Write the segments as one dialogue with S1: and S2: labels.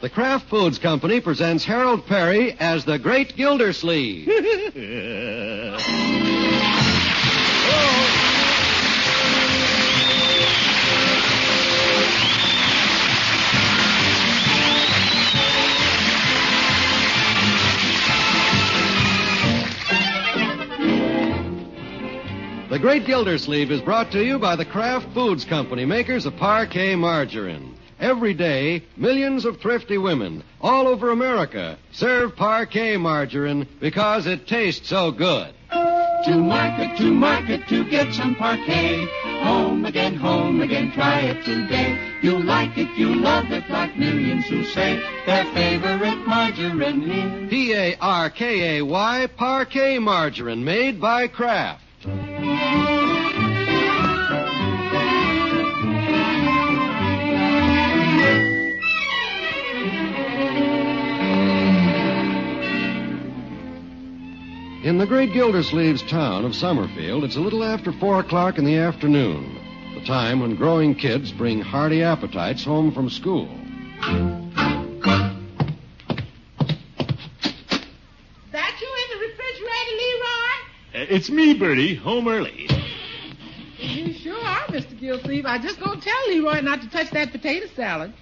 S1: The Kraft Foods Company presents Harold Perry as the Great Gildersleeve. The Great Gildersleeve is brought to you by the Kraft Foods Company, makers of parquet margarine. Every day, millions of thrifty women all over America serve parquet margarine because it tastes so good.
S2: To market, to market, to get some parquet. Home again, home again, try it today. You like it, you love it, like millions who say their favorite margarine is.
S1: P A R K A Y, parquet margarine made by Kraft. In the great Gildersleeve's town of Summerfield, it's a little after four o'clock in the afternoon, the time when growing kids bring hearty appetites home from school.
S3: That you in the refrigerator, Leroy?
S4: Uh, It's me, Bertie, home early.
S3: You sure are, Mr. Gilsleeve. I just gonna tell Leroy not to touch that potato salad.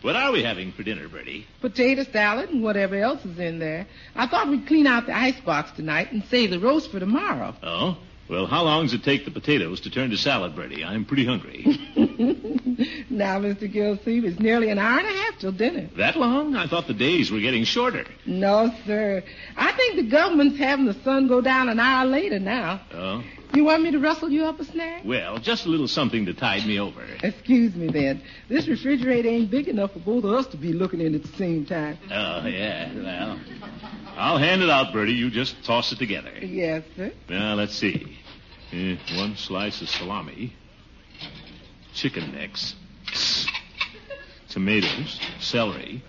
S4: what are we having for dinner, Bertie?
S3: Potato salad and whatever else is in there. I thought we'd clean out the icebox tonight and save the roast for tomorrow.
S4: Oh? Well, how long does it take the potatoes to turn to salad, Bertie? I'm pretty hungry.
S3: now, Mr. Gilsleeve, it's nearly an hour and a half till dinner.
S4: that long? I thought the days were getting shorter.
S3: No, sir. I think the government's having the sun go down an hour later now.
S4: Oh?
S3: You want me to rustle you up a snack?
S4: Well, just a little something to tide me over.
S3: Excuse me, then. This refrigerator ain't big enough for both of us to be looking in at the same time.
S4: Oh, yeah, well. I'll hand it out, Bertie. You just toss it together.
S3: Yes, sir.
S4: Now, let's see. Eh, one slice of salami, chicken necks, tomatoes, celery.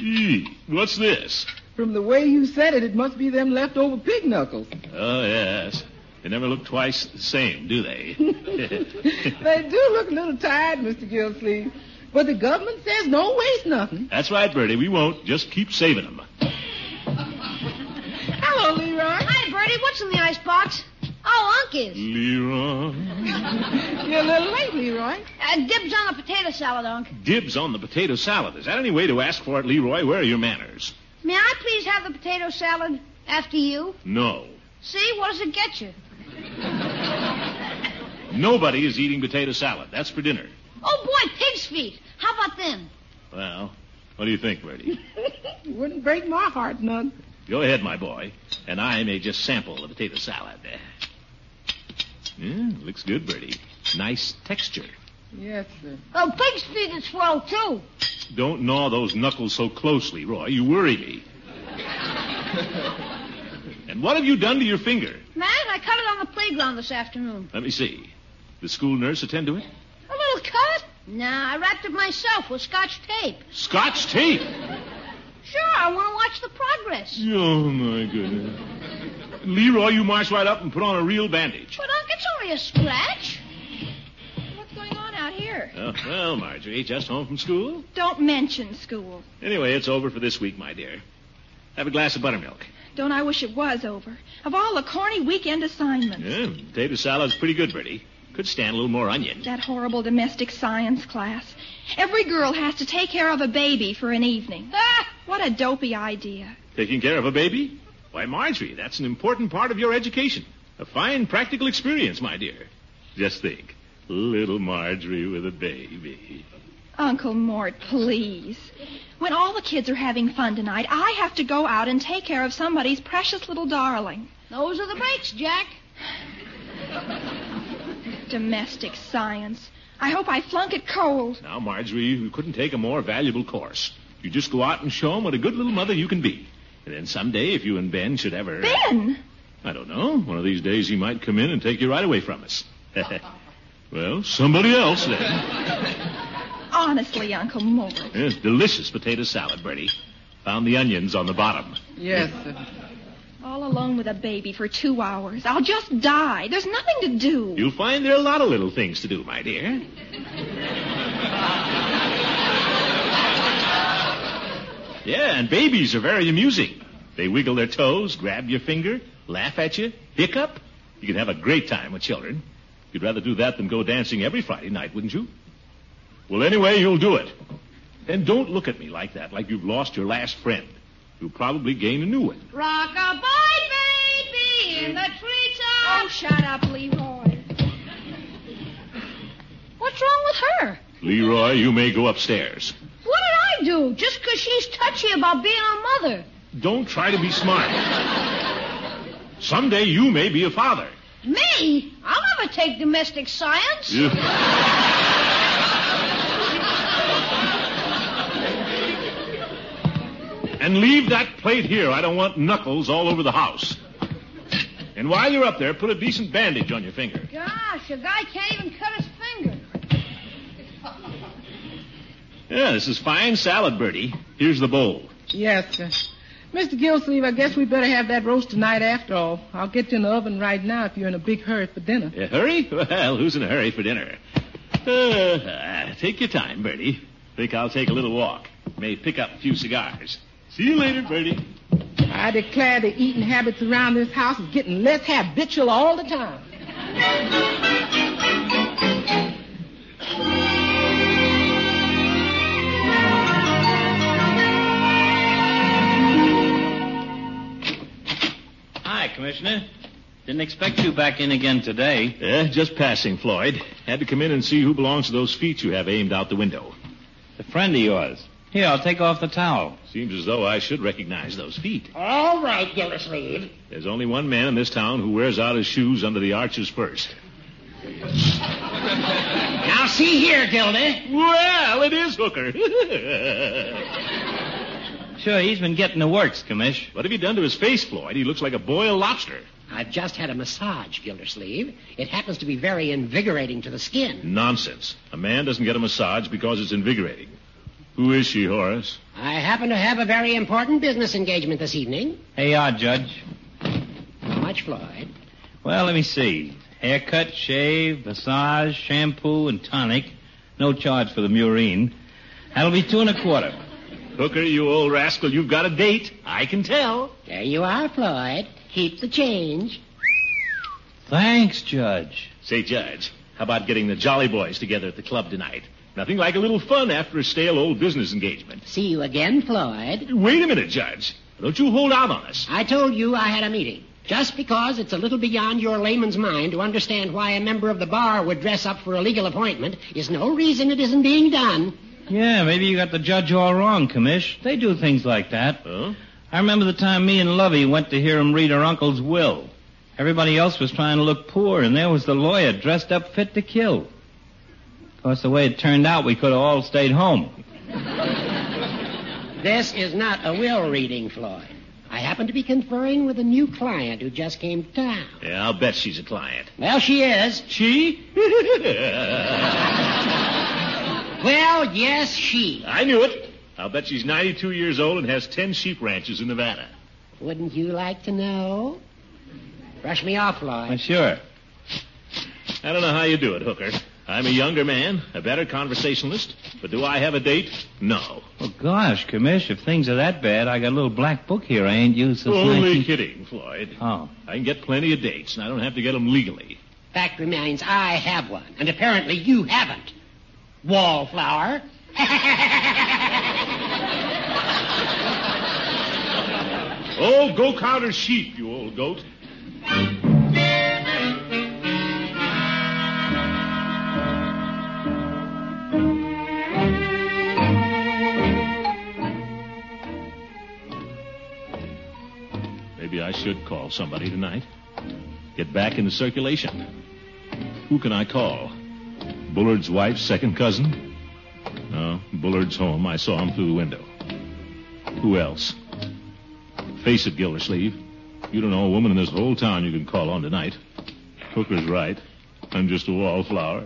S4: Eee, what's this?
S3: From the way you said it, it must be them leftover pig knuckles.
S4: Oh, yes. They never look twice the same, do they?
S3: They do look a little tired, Mr. Gilsleeve. But the government says no waste nothing.
S4: That's right, Bertie. We won't. Just keep saving them.
S3: Hello, Leroy.
S5: Hi, Bertie. What's in the icebox? Oh, Unc is.
S4: Leroy.
S3: You're a little late, Leroy.
S5: Uh, dibs on a potato salad, Unc.
S4: Dibs on the potato salad. Is that any way to ask for it, Leroy? Where are your manners?
S5: May I please have the potato salad after you?
S4: No.
S5: See, what does it get you?
S4: Nobody is eating potato salad. That's for dinner.
S5: Oh, boy, pig's feet. How about them?
S4: Well, what do you think, Bertie?
S3: Wouldn't break my heart none.
S4: Go ahead, my boy, and I may just sample the potato salad. Yeah, looks good, Bertie. Nice texture.
S3: Yes, sir.
S5: Oh, pig's feet is swell, too.
S4: Don't gnaw those knuckles so closely, Roy. You worry me. and what have you done to your finger?
S5: Man, I cut it on the playground this afternoon.
S4: Let me see. The school nurse attend to it?
S5: A little cut? Nah, I wrapped it myself with scotch tape.
S4: Scotch tape.
S5: Sure, I want to watch the progress.
S4: Oh, my goodness. Leroy, you march right up and put on a real bandage.
S5: But, Unc, it's only a scratch. What's going on out here?
S4: Oh, well, Marjorie, just home from school?
S6: Don't mention school.
S4: Anyway, it's over for this week, my dear. Have a glass of buttermilk.
S6: Don't I wish it was over? Of all the corny weekend assignments.
S4: Yeah, potato salad's pretty good, Bertie. Could stand a little more onion.
S6: That horrible domestic science class. Every girl has to take care of a baby for an evening. Ah, what a dopey idea.
S4: Taking care of a baby? Why, Marjorie, that's an important part of your education. A fine practical experience, my dear. Just think. Little Marjorie with a baby.
S6: Uncle Mort, please. When all the kids are having fun tonight, I have to go out and take care of somebody's precious little darling.
S5: Those are the breaks, Jack.
S6: Domestic science. I hope I flunk it cold.
S4: Now, Marjorie, you couldn't take a more valuable course. You just go out and show 'em what a good little mother you can be. And then someday, if you and Ben should ever.
S6: Ben!
S4: I don't know. One of these days he might come in and take you right away from us. well, somebody else then.
S6: Honestly, Uncle Mort.
S4: Yes, delicious potato salad, Bertie. Found the onions on the bottom.
S3: Yes, sir.
S6: All alone with a baby for two hours. I'll just die. There's nothing to do.
S4: You'll find there are a lot of little things to do, my dear. Yeah, and babies are very amusing. They wiggle their toes, grab your finger, laugh at you, hiccup. You can have a great time with children. You'd rather do that than go dancing every Friday night, wouldn't you? Well, anyway, you'll do it. And don't look at me like that, like you've lost your last friend. You'll probably gain a new one.
S5: Rock-a-bye, baby, in the treetop.
S6: Oh, shut up, Leroy.
S5: What's wrong with her?
S4: Leroy, you may go upstairs.
S5: What did I do? Just 'cause she's touchy about being a mother.
S4: Don't try to be smart. Someday you may be a father.
S5: Me? I'll never take domestic science.
S4: You- and leave that plate here. I don't want knuckles all over the house. And while you're up there, put a decent bandage on your finger.
S5: Gosh, a guy can't even cut his finger.
S4: Yeah, this is fine salad, Bertie. Here's the bowl.
S3: Yes, sir. Mr. Gilsleeve, I guess we better have that roast tonight after all. I'll get you in the oven right now if you're in a big hurry for dinner.
S4: A Uh, hurry? Well, who's in a hurry for dinner? Uh, take your time, Bertie. Think I'll take a little walk. May pick up a few cigars. See you later, Bertie.
S3: I declare the eating habits around this house is getting less habitual all the time.
S7: Hi, Commissioner. Didn't expect you back in again today.
S4: Yeah, just passing, Floyd. Had to come in and see who belongs to those feet you have aimed out the window.
S7: A friend of yours. Here, I'll take off the towel.
S4: Seems as though I should recognize those feet.
S8: All right, Gildersleeve.
S4: There's only one man in this town who wears out his shoes under the arches first.
S8: Now see here, Gildy.
S4: Well, it is Hooker.
S7: Sure, he's been getting the works, Commish.
S4: what have you done to his face, Floyd? He looks like a boiled lobster.
S8: I've just had a massage, Gildersleeve. It happens to be very invigorating to the skin.
S4: Nonsense. A man doesn't get a massage because it's invigorating. Who is she, Horace?
S8: I happen to have a very important business engagement this evening.
S7: Hey, you are, Judge.
S8: How much, Floyd?
S7: Well, let me see. Haircut, shave, massage, shampoo, and tonic. No charge for the murine. That'll be two and a quarter.
S4: Hooker, you old rascal, you've got a date. I can tell.
S8: There you are, Floyd. Keep the change.
S7: Thanks, Judge.
S4: Say, Judge, how about getting the Jolly Boys together at the club tonight? Nothing like a little fun after a stale old business engagement.
S8: See you again, Floyd.
S4: Wait a minute, Judge. Don't you hold out on us.
S8: I told you I had a meeting. Just because it's a little beyond your layman's mind to understand why a member of the bar would dress up for a legal appointment is no reason it isn't being done.
S7: Yeah, maybe you got the judge all wrong, Commish. They do things like that.
S4: Huh?
S7: I remember the time me and Lovey went to hear him read her uncle's will. Everybody else was trying to look poor, and there was the lawyer dressed up fit to kill. Of course, the way it turned out, we could have all stayed home.
S8: This is not a will reading, Floyd. I happen to be conferring with a new client who just came to town.
S4: Yeah, I'll bet she's a client.
S8: Well, she is.
S4: She?
S8: Well, yes, she.
S4: I knew it. I'll bet she's 92 years old and has 10 sheep ranches in Nevada.
S8: Wouldn't you like to know? Brush me off,
S7: Why,
S8: Floyd.
S7: sure.
S4: I don't know how you do it, Hooker. I'm a younger man, a better conversationalist, but do I have a date? No.
S7: Well, gosh, Commish, if things are that bad, I got a little black book here I ain't used since
S4: Only
S7: 19...
S4: kidding, Floyd.
S7: Oh.
S4: I can get plenty of dates, and I don't have to get them legally.
S8: Fact remains, I have one, and apparently you haven't. Wallflower.
S4: Oh, go count her sheep, you old goat. Maybe I should call somebody tonight. Get back into circulation. Who can I call? Bullard's wife's second cousin? No, Bullard's home. I saw him through the window. Who else? Face it, Gildersleeve. You don't know a woman in this whole town you can call on tonight. Hooker's right. I'm just a wallflower.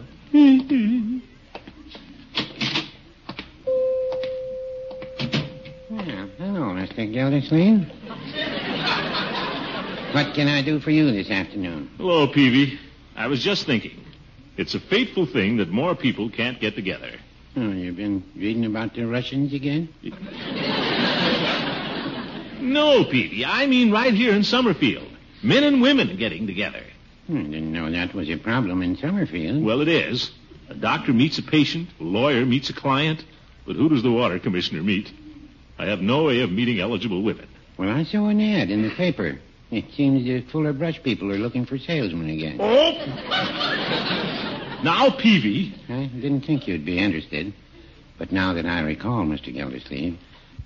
S9: Well, hello, Mr. Gildersleeve. what can I do for you this afternoon?
S4: Hello, Peavy. I was just thinking. It's a fateful thing that more people can't get together.
S9: Oh, you've been reading about the Russians again?
S4: No, Peavy. I mean right here in Summerfield. Men and women are getting together.
S9: Hmm, didn't know that was a problem in Summerfield.
S4: Well, it is. A doctor meets a patient, a lawyer meets a client, but who does the water commissioner meet? I have no way of meeting eligible women.
S9: Well, I saw an ad in the paper. It seems the Fuller Brush people are looking for salesmen again.
S4: Oh! now, Peavy.
S9: I didn't think you'd be interested. But now that I recall, Mr. Gildersleeve,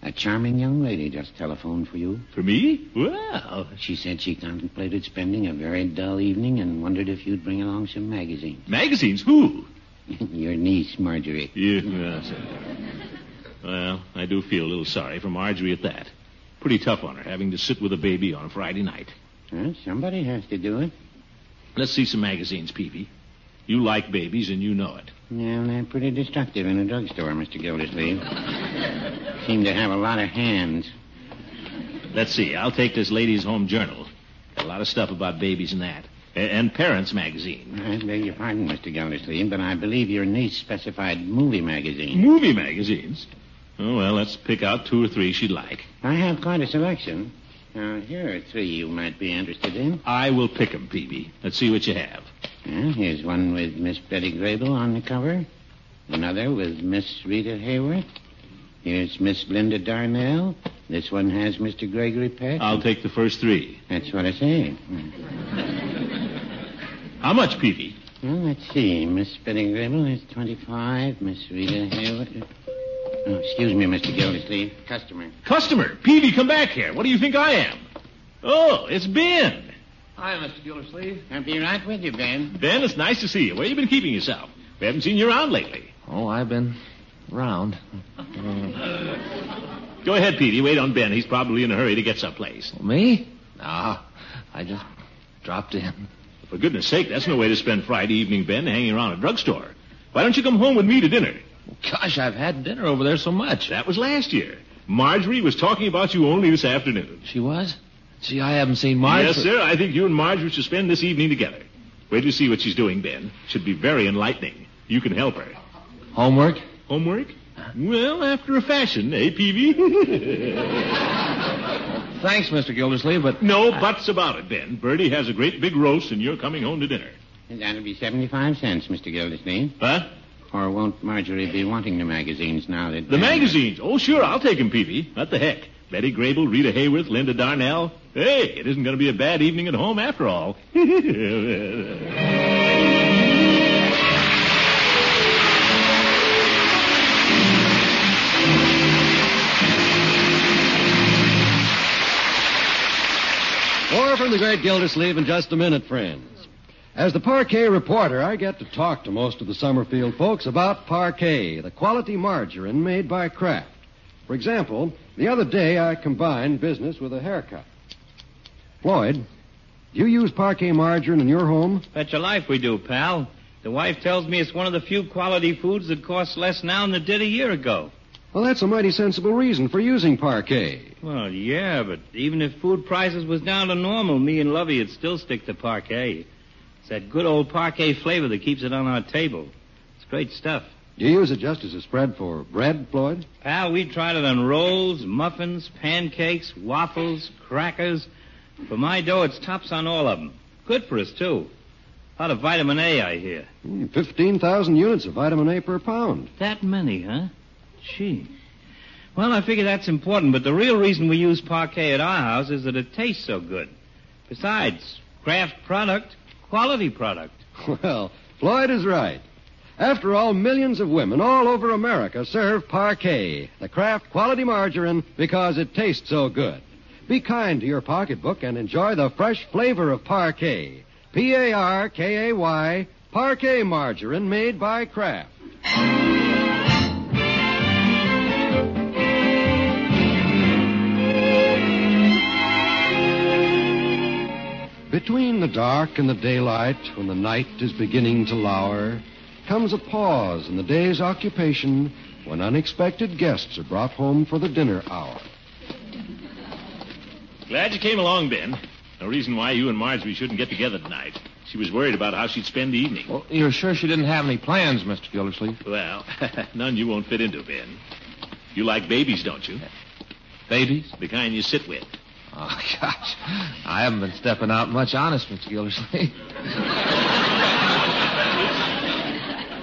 S9: a charming young lady just telephoned for you.
S4: For me? Well,
S9: She said she contemplated spending a very dull evening and wondered if you'd bring along some magazines.
S4: magazines, who?
S9: Your niece, Marjorie.
S4: Yeah, that's it. Well, I do feel a little sorry for Marjorie at that. Pretty tough on her, having to sit with a baby on a Friday night.
S9: Well, somebody has to do it.
S4: Let's see some magazines, Peavy. You like babies, and you know it.
S9: Well, they're pretty destructive in a drugstore, Mr. Gildersleeve. Seem to have a lot of hands.
S4: Let's see. I'll take this Ladies' Home Journal. Got a lot of stuff about babies in that. A- and Parents Magazine.
S9: I beg your pardon, Mr. Gildersleeve, but I believe your niece specified movie magazine.
S4: Movie magazines? Oh, well, let's pick out two or three she'd like.
S9: I have quite a selection. Now, here are three you might be interested in.
S4: I will pick 'em, Peavy. Let's see what you have.
S9: Well, here's one with Miss Betty Grable on the cover. Another with Miss Rita Hayworth. Here's Miss Linda Darnell. This one has Mr. Gregory Peck.
S4: I'll take the first three.
S9: That's what I say.
S4: How much, Peavy?
S9: Well, let's see. Miss Betty Grable is 25. Miss Rita Hayworth. Oh, excuse me, Mr. Gildersleeve. Customer.
S4: Customer, Peavy, come back here. What do you think I am? Oh, it's Ben.
S10: Hi, Mr. Gildersleeve.
S9: I'll be right with you, Ben.
S4: Ben, it's nice to see you. Where you been keeping yourself? We haven't seen you around lately.
S10: Oh, I've been round.
S4: Go ahead, Peavy. Wait on Ben. He's probably in a hurry to get someplace.
S10: Oh, Me? No, I just dropped in.
S4: For goodness sake, that's no way to spend Friday evening, Ben, hanging around a drugstore. Why don't you come home with me to dinner?
S10: Oh, Gosh, I've had dinner over there so much.
S4: That was last year. Marjorie was talking about you only this afternoon.
S10: She was? Gee, I haven't seen Marge.
S4: Yes,
S10: for-
S4: sir. I think you and Marjorie should spend this evening together. Wait to see what she's doing, Ben. Should be very enlightening. You can help her.
S10: Homework?
S4: Homework? Well, after a fashion, eh, Peavy?
S10: Thanks, Mr. Gildersleeve, but
S4: no buts about it, Ben. Bertie has a great big roast, and you're coming home to dinner.
S9: That'll be 75 cents, Mr. Gildersleeve.
S4: Huh?
S9: Or won't Marjorie be wanting the magazines now that.
S4: The magazines. Oh, sure, I'll take 'em, Peavy. What the heck? Betty Grable, Rita Hayworth, Linda Darnell. Hey, it isn't going to be a bad evening at home after all.
S1: More from the great Gildersleeve in just a minute, friends. As the parquet reporter, I get to talk to most of the Summerfield folks about parquet, the quality margarine made by Kraft. For example, the other day I combined business with a haircut. Floyd, do you use parquet margarine in your home?
S7: Bet your life we do, pal. The wife tells me it's one of the few quality foods that costs less now than it did a year ago.
S1: Well, that's a mighty sensible reason for using parquet.
S7: Well, yeah, but even if food prices was down to normal, me and Lovey would still stick to parquet. It's that good old parquet flavor that keeps it on our table. It's great stuff.
S1: Do you use it just as a spread for bread, Floyd?
S7: Pal, we tried it on rolls, muffins, pancakes, waffles, crackers. For my dough, it's tops on all of them. Good for us, too. A lot of vitamin A, I hear.
S1: Hmm, 15,000 units of vitamin A per pound.
S7: That many, huh? Gee. Well, I figure that's important, but the real reason we use parquet at our house is that it tastes so good. Besides, craft product, quality product.
S1: Well, Floyd is right. After all, millions of women all over America serve parquet, the Kraft quality margarine, because it tastes so good. Be kind to your pocketbook and enjoy the fresh flavor of parquet. P A R K A Y, parquet margarine made by Kraft. Between the dark and the daylight, when the night is beginning to lower, comes a pause in the day's occupation when unexpected guests are brought home for the dinner hour.
S4: Glad you came along, Ben. No reason why you and Marjorie shouldn't get together tonight. She was worried about how she'd spend the evening.
S10: Well, you're sure she didn't have any plans, Mr. Gildersleeve?
S4: Well, none you won't fit into, Ben. You like babies, don't you?
S10: Babies?
S4: The kind you sit with.
S10: Oh, gosh. I haven't been stepping out much, honest, Mr. Gildersleeve.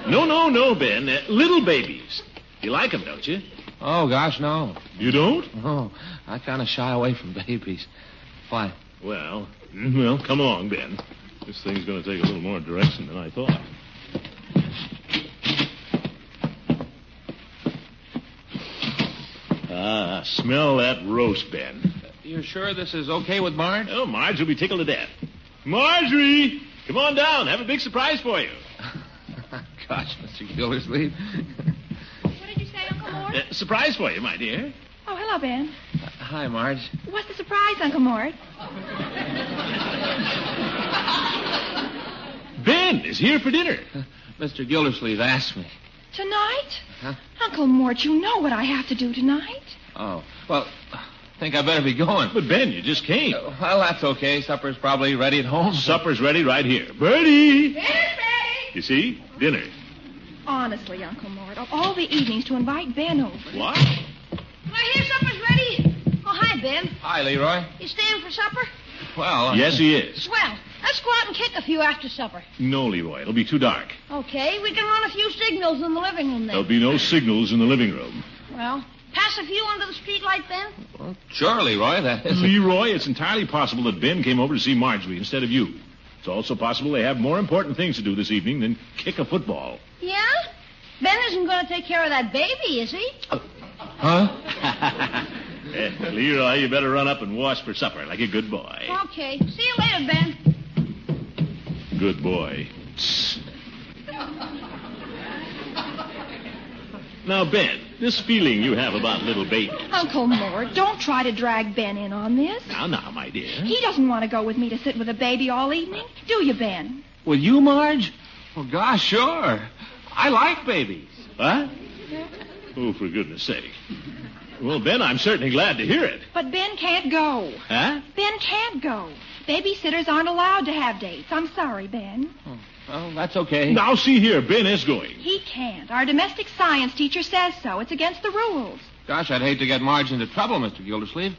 S4: No, no, no, Ben. Uh, little babies. You like 'em, don't you?
S10: Oh, gosh, no.
S4: You don't?
S10: No. I kind of shy away from babies. Why?
S4: Well, mm, well, come along, Ben. This thing's going to take a little more direction than I thought. Ah, smell that roast, Ben.
S10: You're sure this is okay with Marge?
S4: Oh, Marge will be tickled to death. Marjorie, come on down. Have a big surprise for you.
S10: Gosh, Mr. Gildersleeve.
S5: What did you say, Uncle Mort?
S4: Uh, surprise for you, my dear.
S6: Oh, hello, Ben.
S10: Hi, Marge.
S6: What's the surprise, Uncle Mort?
S4: Ben is here for dinner.
S10: Mr. Gildersleeve asked me.
S6: Tonight?
S10: Huh?
S6: Uncle Mort, you know what I have to do tonight.
S10: Oh, well, think I better be going.
S4: But, Ben, you just came.
S10: Uh, Well, that's okay. Supper's probably ready at home.
S4: Supper's ready right here. Bertie!
S5: Dinner's ready.
S4: You see? Dinner.
S6: Honestly, Uncle Mort, of all the evenings to invite Ben over.
S4: What?
S5: Right here, supper's ready. Oh, hi, Ben.
S10: Hi, Leroy.
S5: You staying for supper?
S10: Well, uh,
S4: Yes, he is.
S5: Swell. Let's go out and kick a few after supper.
S4: No, Leroy. It'll be too dark.
S5: Okay, we can run a few signals in the living room
S4: There'll
S5: then.
S4: be no signals in the living room.
S5: Well, pass a few under the streetlight, Ben.
S10: Sure, Leroy. That is.
S4: Leroy, it's entirely possible that Ben came over to see Marjorie instead of you. It's also possible they have more important things to do this evening than kick a football.
S5: Yeah? Ben isn't going to take care of that baby, is he?
S10: Huh?
S4: Eh, Leroy, you better run up and wash for supper like a good boy.
S5: Okay. See you later, Ben.
S4: Good boy. Tss. Now, Ben, this feeling you have about little baby.
S6: Uncle Mort, don't try to drag Ben in on this.
S4: Now, now, my dear.
S6: He doesn't want to go with me to sit with a baby all evening, do you, Ben?
S10: With you, Marge? Well, gosh, sure. I like babies.
S4: What? Oh, for goodness sake. Well, Ben, I'm certainly glad to hear it.
S6: But Ben can't go.
S4: Huh?
S6: Ben can't go. Babysitters aren't allowed to have dates. I'm sorry, Ben.
S10: Well, that's okay.
S4: Now, see here, Ben is going.
S6: He can't. Our domestic science teacher says so. It's against the rules.
S10: Gosh, I'd hate to get Marge into trouble, Mr. Gildersleeve.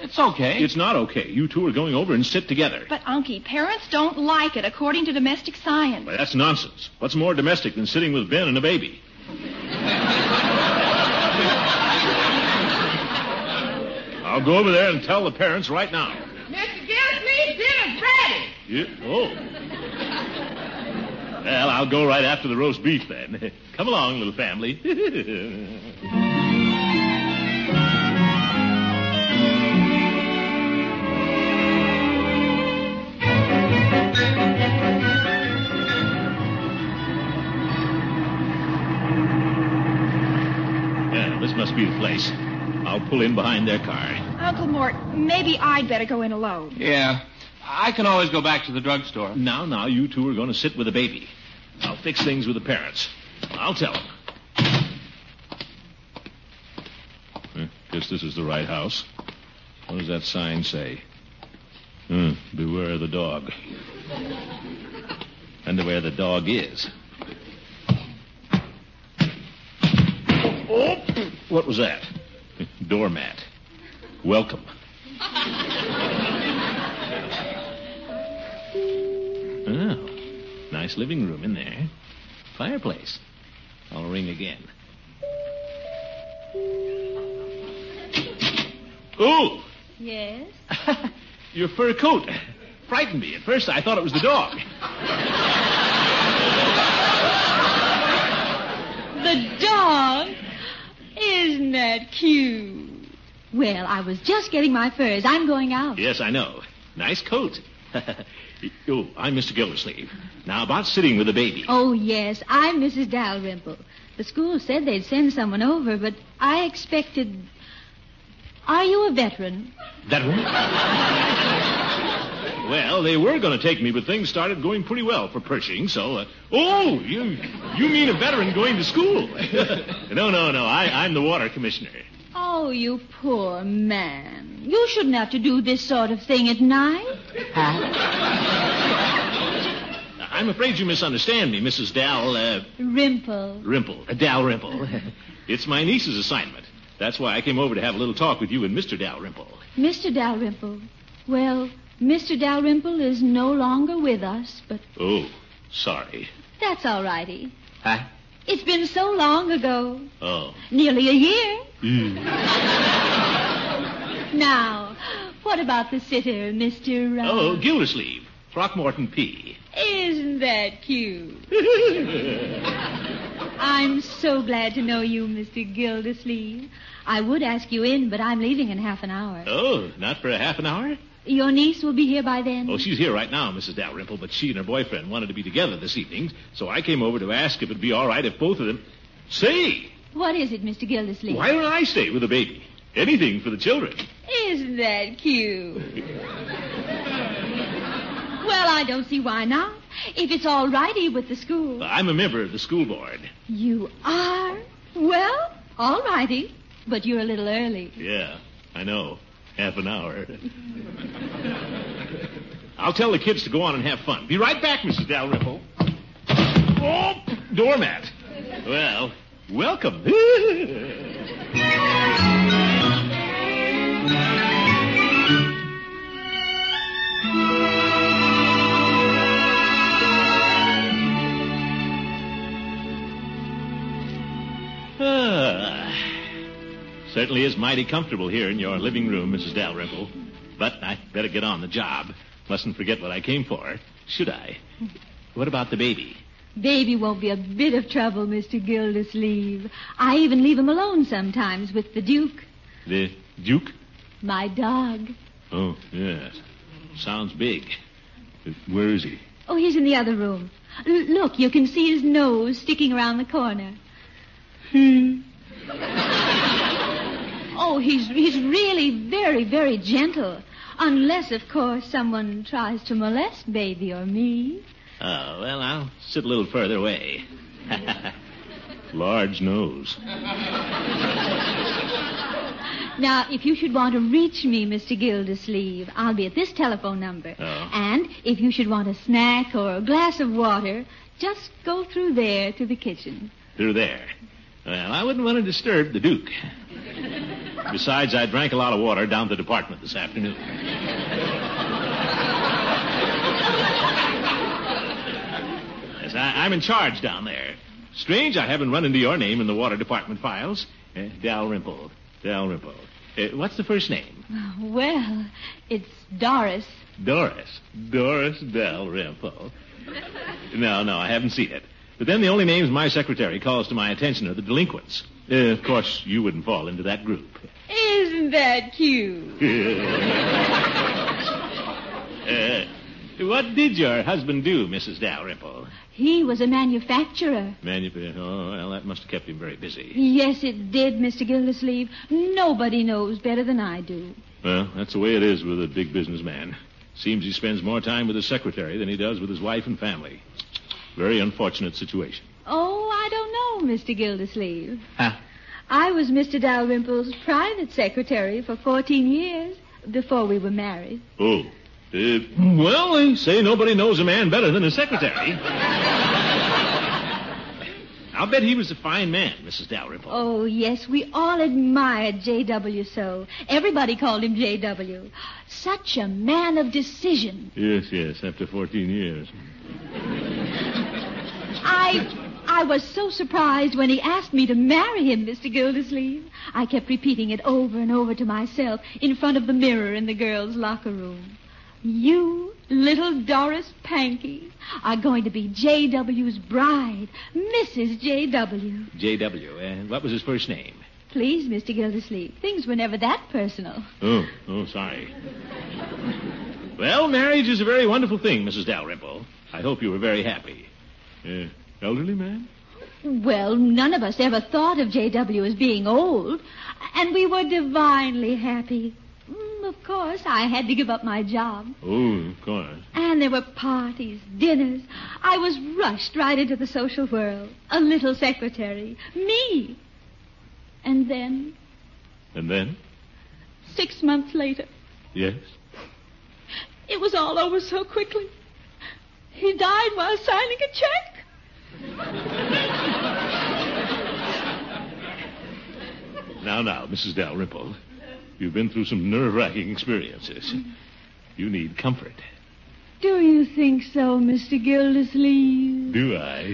S10: It's okay.
S4: It's not okay. You two are going over and sit together.
S6: But, Unky, parents don't like it according to domestic science.
S4: Well, that's nonsense. What's more domestic than sitting with Ben and a baby? I'll go over there and tell the parents right now.
S3: Mr. Gillespie, dinner's ready.
S4: Yeah. Oh. Well, I'll go right after the roast beef then. Come along, little family. yeah, this must be the place. I'll pull in behind their car.
S6: Uncle Mort, maybe I'd better go in alone.
S10: Yeah. I can always go back to the drugstore.
S4: Now, now, you two are going to sit with the baby. I'll fix things with the parents. I'll tell them. Guess this is the right house. What does that sign say? Hmm, beware the dog. Wonder where the dog is. Oh, what was that? Doormat. Welcome. Oh, nice living room in there. Fireplace. I'll ring again. Oh,
S5: Yes?
S4: your fur coat frightened me. At first, I thought it was the dog.
S5: The dog? Isn't that cute? Well, I was just getting my furs. I'm going out.
S4: Yes, I know. Nice coat. oh, I'm Mr. Gildersleeve. Now about sitting with the baby.
S5: Oh, yes, I'm Mrs. Dalrymple. The school said they'd send someone over, but I expected. Are you a veteran?
S4: That one? well, they were going to take me, but things started going pretty well for Pershing, so. Uh, oh, you you mean a veteran going to school? no, no, no. I, I'm the water commissioner.
S5: Oh, you poor man. You shouldn't have to do this sort of thing at night.
S4: I'm afraid you misunderstand me, Mrs. Dal uh,
S5: Rimple.
S4: Rimple. Uh, Dalrymple. it's my niece's assignment. That's why I came over to have a little talk with you and Mr. Dalrymple.
S5: Mr. Dalrymple. Well, Mr. Dalrymple is no longer with us, but
S4: Oh, sorry.
S5: that's all righty.
S10: Huh?
S5: It's been so long ago.
S4: Oh.
S5: Nearly a year.
S4: Mm.
S5: Now, what about the sitter, Mr. Uh...
S4: Oh, Gildersleeve. Throckmorton P.
S5: Isn't that cute? I'm so glad to know you, Mr. Gildersleeve. I would ask you in, but I'm leaving in half an hour.
S4: Oh, not for a half an hour?
S5: Your niece will be here by then.
S4: Oh, she's here right now, Mrs. Dalrymple, but she and her boyfriend wanted to be together this evening, so I came over to ask if it'd be all right if both of them. Say,
S5: What is it, Mr. Gildersleeve?
S4: why don't I stay with the baby? Anything for the children.
S5: Isn't that cute? well, I don't see why not. If it's all righty with the school.
S4: I'm a member of the school board.
S5: You are? Well, all righty. But you're a little early.
S4: Yeah, I know. Half an hour. I'll tell the kids to go on and have fun. Be right back, Mrs. Dalrymple. Oh, doormat. Well, welcome. Ah, certainly is mighty comfortable here in your living room, Mrs. Dalrymple. But I better get on the job. Mustn't forget what I came for, should I? What about the baby?
S5: Baby won't be a bit of trouble, Mr. Gildersleeve. I even leave him alone sometimes with the Duke,
S4: The Duke?
S5: my dog.
S4: Oh, yes. Sounds big. Where is he?
S5: Oh, he's in the other room. L- look, you can see his nose sticking around the corner. Hmm. oh, he's he's really very very gentle, unless of course someone tries to molest baby or me.
S4: Oh, well, I'll sit a little further away. Large nose.
S5: Now, if you should want to reach me, Mr. Gildersleeve, I'll be at this telephone number.
S4: Oh.
S5: And if you should want a snack or a glass of water, just go through there to the kitchen.
S4: Through there. Well, I wouldn't want to disturb the Duke. Besides, I drank a lot of water down at the department this afternoon. yes, I, I'm in charge down there. Strange I haven't run into your name in the water department files. Uh, Dalrymple. Dalrymple. Uh, what's the first name?
S5: Well, it's Doris.
S4: Doris. Doris Dalrymple. No, no, I haven't seen it. But then the only names my secretary calls to my attention are the delinquents. Uh, of course, you wouldn't fall into that group.
S5: Isn't that cute?
S4: Uh, what did your husband do, Mrs. Dalrymple?
S5: He was a manufacturer.
S4: Manuf- oh, well, that must have kept him very busy.
S5: Yes, it did, Mr. Gildersleeve. Nobody knows better than I do.
S4: Well, that's the way it is with a big businessman. Seems he spends more time with his secretary than he does with his wife and family. Very unfortunate situation.
S5: Oh, I don't know, Mr. Gildersleeve.
S10: Huh?
S5: I was Mr. Dalrymple's private secretary for 14 years before we were married.
S4: Oh. Uh, well, they say nobody knows a man better than his secretary. I'll bet he was a fine man, Mrs. Dalrymple.
S5: Oh, yes, we all admired J.W. so. Everybody called him J.W. Such a man of decision.
S4: Yes, yes, after 14 years.
S5: I I was so surprised when he asked me to marry him, Mr. Gildersleeve. I kept repeating it over and over to myself in front of the mirror in the girls' locker room. You, little Doris Pankey, are going to be J.W.'s bride, Mrs. J.W.
S4: J.W., and what was his first name?
S5: Please, Mr. Gildersleeve, things were never that personal.
S4: Oh, oh, sorry. Well, marriage is a very wonderful thing, Mrs. Dalrymple. I hope you were very happy. Uh, elderly man?
S5: Well, none of us ever thought of J.W. as being old, and we were divinely happy. Mm, of course, I had to give up my job.
S4: Oh, of course.
S5: And there were parties, dinners. I was rushed right into the social world. A little secretary. Me. And then,
S4: And then?
S5: six months later,
S4: Yes.
S5: it was all over so quickly. He died while signing a check.
S4: Now, now, Mrs. Dalrymple, you've been through some nerve wracking experiences. You need comfort.
S5: Do you think so, Mr. Gildersleeve?
S4: Do I?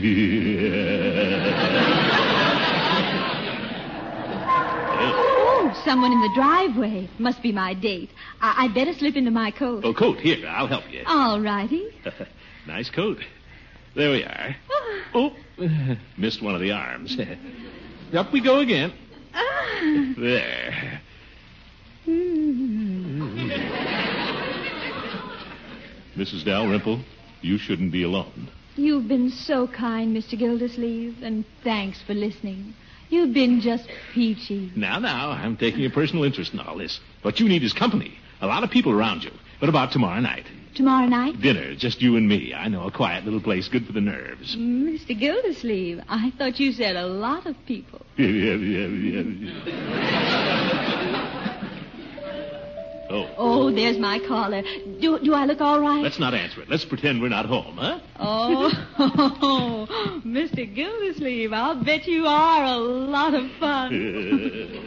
S5: Oh, someone in the driveway. Must be my date. I- I'd better slip into my coat.
S4: oh, coat, here, I'll help you.
S5: All righty.
S4: nice coat. There we are. Oh, missed one of the arms. Up we go again.
S5: Ah.
S4: There. Mrs. Dalrymple, you shouldn't be alone.
S5: You've been so kind, Mr. Gildersleeve, and thanks for listening. You've been just peachy.
S4: Now, now, I'm taking a personal interest in all this. What you need is company. A lot of people around you. What about tomorrow night?
S5: Tomorrow night?
S4: Dinner, just you and me. I know a quiet little place, good for the nerves.
S5: Mr. Gildersleeve, I thought you said a lot of people.
S4: oh,
S5: Oh, there's my caller. Do, do I look all right?
S4: let's not answer it. Let's pretend we're not home, huh?
S5: Oh, Mr. Gildersleeve, I'll bet you are a lot of fun.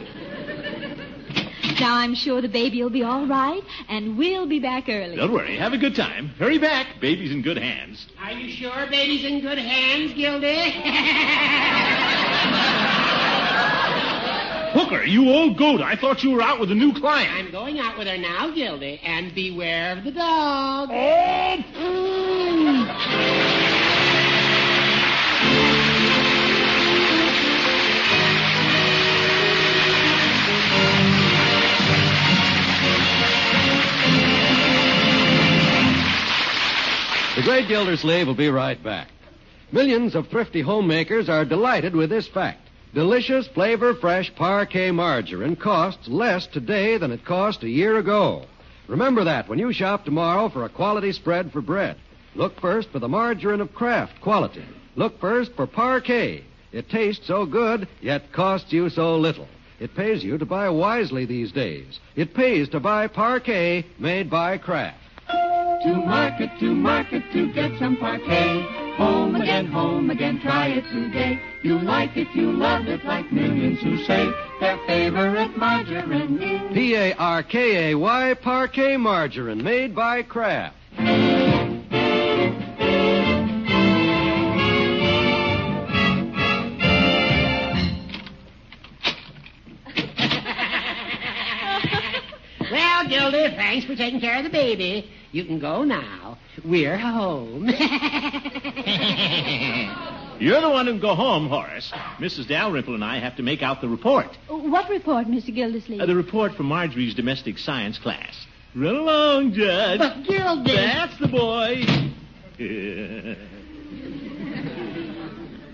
S5: now I'm sure the baby will be all right, and we'll be back early.
S4: Don't worry. Have a good time. Hurry back. Baby's in good hands.
S8: Are you sure baby's in good hands, Gildy?
S4: Hooker, you old goat. I thought you were out with a new client.
S8: I'm going out with her now, Gildy, and beware of the dog. Mm.
S1: The Great Gildersleeve will be right back. Millions of thrifty homemakers are delighted with this fact. Delicious, flavor fresh parquet margarine costs less today than it cost a year ago. Remember that when you shop tomorrow for a quality spread for bread. Look first for the margarine of Kraft quality. Look first for parquet. It tastes so good, yet costs you so little. It pays you to buy wisely these days. It pays to buy parquet made by Kraft.
S2: To market, to market, to get some parquet. Home again, home again, try it today. You like it, you love it, like millions who say their favorite margarine is.
S1: P A R K A Y Parquet Margarine, made by Kraft.
S8: Well, Gildy, thanks for taking care of the baby. You can go now. We're home.
S4: You're the one who can go home, Horace. Mrs. Dalrymple and I have to make out the report.
S5: What report, Mr. Gildersleeve?
S4: Uh, the report from Marjorie's domestic science class. Run along, Judge.
S8: But, Gildy-
S4: That's the boy.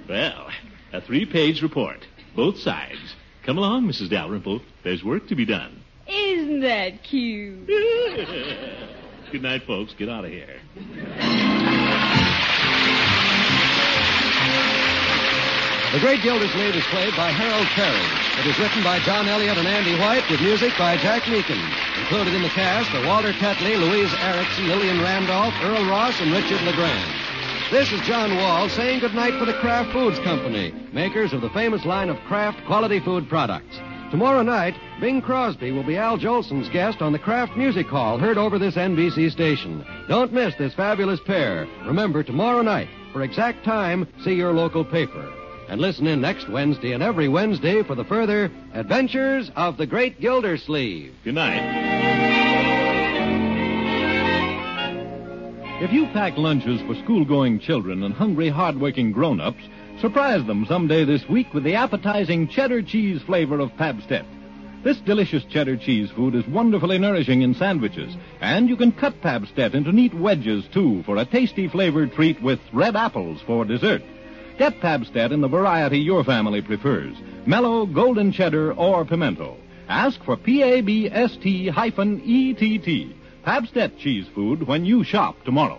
S4: well, a three-page report. Both sides. Come along, Mrs. Dalrymple. There's work to be done.
S5: Isn't that cute?
S4: Good night, folks. Get out of here.
S1: The Great Gildersleeve is played by Harold Perry. It is written by John Elliott and Andy White with music by Jack Meakin. Included in the cast are Walter Tetley, Louise Erickson, Lillian Randolph, Earl Ross, and Richard LeGrand. This is John Wall saying goodnight for the Kraft Foods Company, makers of the famous line of Kraft quality food products. Tomorrow night, Bing Crosby will be Al Jolson's guest on the Kraft Music Hall, heard over this NBC station. Don't miss this fabulous pair. Remember, tomorrow night, for exact time, see your local paper. And listen in next Wednesday and every Wednesday for the further Adventures of the Great Gildersleeve.
S4: Good night.
S11: If you pack lunches for school-going children and hungry, hard-working grown-ups, surprise them someday this week with the appetizing cheddar cheese flavor of Pabstet. This delicious cheddar cheese food is wonderfully nourishing in sandwiches, and you can cut Pabstet into neat wedges too for a tasty flavored treat with red apples for dessert. Get Pabstet in the variety your family prefers: mellow, golden cheddar, or pimento. Ask for P A B S T hyphen E T T. Pabstet cheese food when you shop tomorrow.